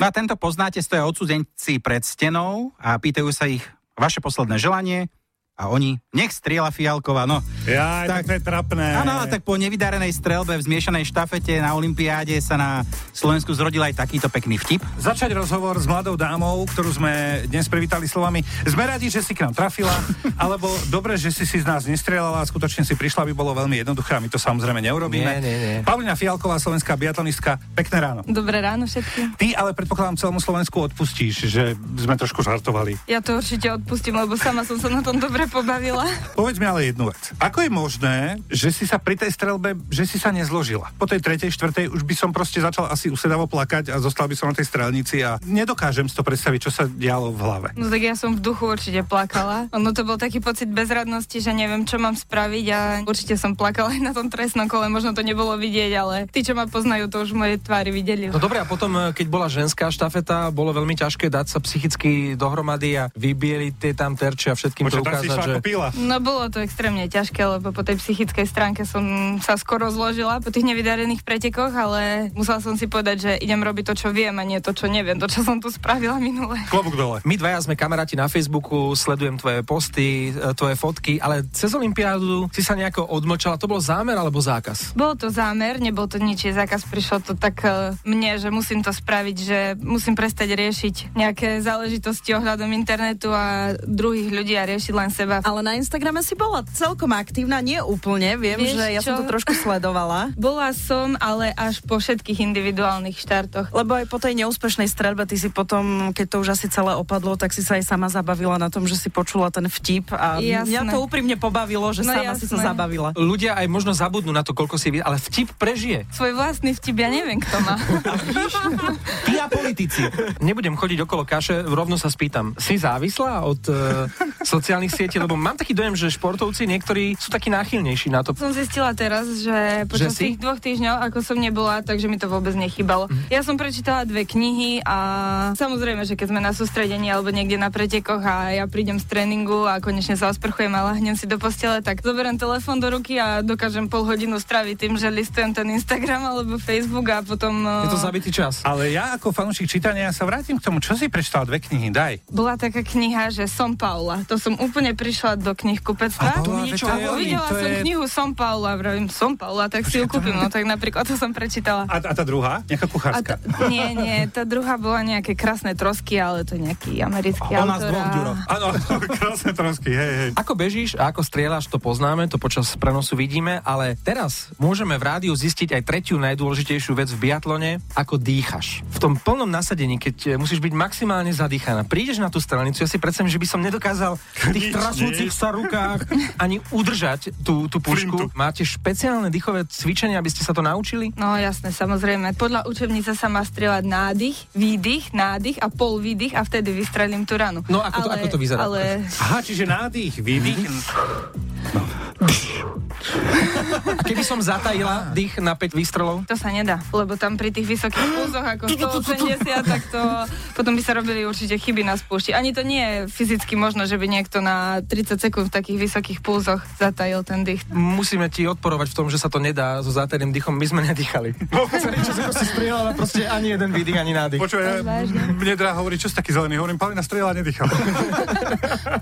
No a tento poznáte, stoja odsudenci pred stenou a pýtajú sa ich vaše posledné želanie a oni, nech strieľa Fialková, no. Ja, Tak- tak, to je trapné. Áno, ale tak po nevydarenej strelbe v zmiešanej štafete na Olympiáde sa na Slovensku zrodil aj takýto pekný vtip. Začať rozhovor s mladou dámou, ktorú sme dnes privítali slovami. Sme radi, že si k nám trafila, alebo dobre, že si si z nás nestrelala a skutočne si prišla, by bolo veľmi jednoduché a my to samozrejme neurobíme. Nie, nie, nie. Pavlina Fialková, slovenská biatlonistka, pekné ráno. Dobré ráno všetkým. Ty ale predpokladám celému Slovensku odpustíš, že sme trošku žartovali. Ja to určite odpustím, lebo sama som sa na tom dobre pobavila. Povedz mi ale jednu vec. Ako je možné, že si sa pri tej strelbe, že si sa nezložila? Po tej tretej, štvrtej už by som proste začal asi usedavo plakať a zostal by som na tej strelnici a nedokážem si to predstaviť, čo sa dialo v hlave. No tak ja som v duchu určite plakala. Ono to bol taký pocit bezradnosti, že neviem, čo mám spraviť a určite som plakala aj na tom trestnom kole. Možno to nebolo vidieť, ale tí, čo ma poznajú, to už v mojej tvári videli. No dobre, a potom, e, keď bola ženská štafeta, bolo veľmi ťažké dať sa psychicky dohromady a vybieliť tie tam terče a všetkým Počkaj, to tam si ukázať, išla že... ako píla. No bolo to extrémne ťažké, lebo po tej psychickej stránke som sa skoro zložila po tých nevydarených pretekoch, ale musela som si povedať, že idem robiť to, čo viem a nie to, čo neviem, to, čo som tu spravila minule. Klobúk dole. My dvaja sme kamaráti na Facebooku, sledujem tvoje posty, e, tvoje fotky, ale cez Olympiádu si sa nejako odmlčala. To bol zámer alebo zákaz? Bol to zámer, nebol to ničí zákaz, prišlo to tak e, mne, že musím to spraviť, že musím prestať riešiť nejaké záležitosti ohľadom internetu a druhých ľudí a riešiť len seba. A Ale na Instagrame si bola celkom aktívna, nie úplne, viem, Vieš že ja čo? som to trošku sledovala. bola som, ale až po všetkých individuálnych štartoch. Lebo aj po tej neúspešnej strelbe ty si potom, keď to už asi celé opadlo, tak si sa aj sama zabavila na tom, že si počula ten vtip a Jasné. mňa to úprimne pobavilo, že No sama si sa jasné. zabavila. Ľudia aj možno zabudnú na to, koľko si... vy- Ale vtip prežije. Svoj vlastný vtip, ja neviem, kto má. Ty a politici. Nebudem chodiť okolo kaše, rovno sa spýtam. Si závislá od uh, sociálnych sietí? Lebo mám taký dojem, že športovci niektorí sú takí náchylnejší na to. Som zistila teraz, že počas si? tých dvoch týždňov, ako som nebola, takže mi to vôbec nechybalo. Ja som prečítala dve knihy a samozrejme, že keď sme na sústredení alebo niekde na pretekoch a ja prídem z tréningu a konečne sa osprchujem a lahnem si do postele, tak zoberiem telefón do ruky a dokážem pol hodinu straviť tým, že listujem ten Instagram alebo Facebook a potom... Je to eh, zabitý čas. Ale ja ako fanúšik čítania sa vrátim k tomu, čo si prečítal dve knihy, daj. Bola taká kniha, že Som Paula. To som úplne prišla do knihkupectva. A to mi niečo a hovorí, uvidela to som je- knihu Som Paula. Vravím, Som Paula, tak si ju kúpim. No tak napríklad to som prečítala. A, a tá druhá? Nejaká kuchárska. A t- nie, nie, tá druhá bola nejaké krásne trosky, ale to je nejaký americký O autor. nás dvoch a- ďuro. Áno, krásne trosky, hej, hej. Ako bežíš a ako strieľaš, to poznáme, to počas prenosu vidíme, ale teraz môžeme v rádiu zistiť aj tretiu najdôležitejšiu vec v biatlone, ako dýchaš. V tom plnom nasadení, keď e, musíš byť maximálne zadýchaná, prídeš na tú stranicu, ja si predstavím, že by som nedokázal v Nič, tých trasúcich nič. sa rukách ani udržať tú, tú pušku. Flintu. Máte špeciálne dýchové cvičenia, aby ste sa to naučili? No jasné, samozrejme. Podľa učebnice sa má strieľať nádych, výdych, nádych a pol výdych a vtedy vystrelím tú ranu. No, ako to- ako to vyzerá? Ale Aha, čiže nádych, výdych. A keby som zatajila dých na 5 výstrelov? to sa nedá, lebo tam pri tých vysokých pulzoch ako 180, tak to potom by sa robili určite chyby na spúšti. Ani to nie je fyzicky možno, že by niekto na 30 sekúnd v takých vysokých pulzoch zatajil ten dých. Musíme ti odporovať v tom, že sa to nedá so zátajným dýchom. My sme nedýchali. Celý čas ako si strieľala, proste ani jeden výdych, ani nádych. Počuj, vážne. mne drá hovorí, čo si taký zelený, hovorím, Palina strieľa, nedýcham.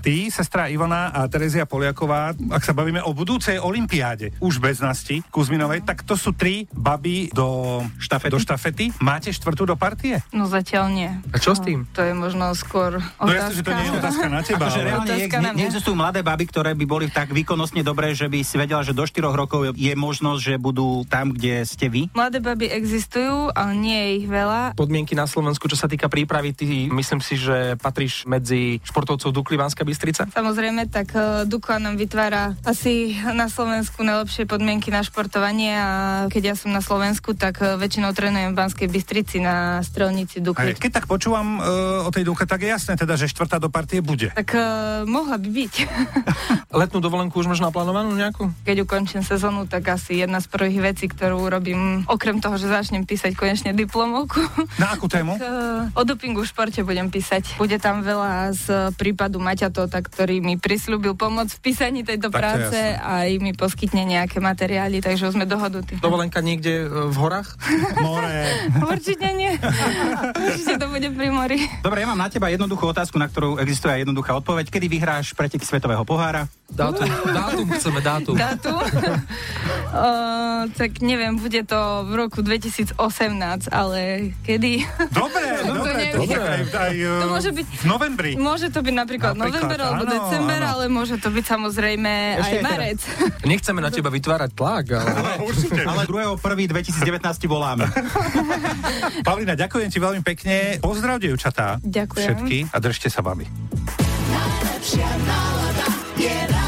Ty, sestra Ivana a Terezia Poliaková, ak sa bavíme o budúcej olympiáde, už bez Nasti Kuzminovej, tak to sú tri baby do štafety. Do štafety. Máte štvrtú do partie? No zatiaľ nie. A čo s tým? No, To je možno skôr otázka. No jasne, že to nie je otázka na teba. Akože ale- reálne je, Otázka na ne, mňa. neexistujú mladé baby, ktoré by boli tak výkonnostne dobré, že by si vedela, že do 4 rokov je možnosť, že budú tam, kde ste vy. Mladé baby existujú, ale nie je ich veľa. podmienky na Slovensku, čo sa týka prípravy. Ty myslím si, že patríš medzi športovcov Dukly Banská Bystrica? Samozrejme, tak eh, Dukla nám vytvára asi na Slovensku najlepšie podmienky na športovanie a keď ja som na Slovensku, tak eh, väčšinou trénujem v Banskej Bystrici na strelnici Hej, Dukly. Keď tak počúvam e, o tej duche, tak je jasné teda, že štvrtá do partie bude. Tak eh, mohla by byť. Letnú dovolenku už máš naplánovanú nejakú? Keď ukončím sezónu, tak asi jedna z prvých vecí, ktorú urobím, okrem toho, že začnem písať konečne diplomovku, Na akú tému? Tak, eh, O dopingu v športe budem písať. Bude tam veľa z eh, prípadu Maťa Tota, ktorý mi prislúbil pomoc v písaní tejto Tak to je práce jasné. a aj mi poskytne nejaké materiáli, takže už sme dohodnutí. Dovolenka niekde e, v horách? More. Určite nie. Určite to bude pri mori. Dobre, ja mám na teba jednoduchú otázku, na ktorú existuje aj jednoduchá odpoveď. Kedy vyhráš preteky Svetového pohára? Dátum, dátum chceme, dátum. Dátum? o, tak neviem, bude to v roku 2018, ale kedy? Dobre, To dobre, neviem. to, No, dobre. Aj, aj, To eh, môže byť- v novembri. Môže to byť napríklad, Napríklad, november alebo áno, december, áno. ale môže to byť samozrejme Ešte aj aj teraz. marec. Nechceme na teba vytvárať tlak, ale... No, určite. Ale 2.1.2019 ti voláme. Pavlina, ďakujem ti veľmi pekne. Pozdrav, dievčatá. Ďakujem. Všetky a držte sa, babi. Najlepšia nálada je ráno.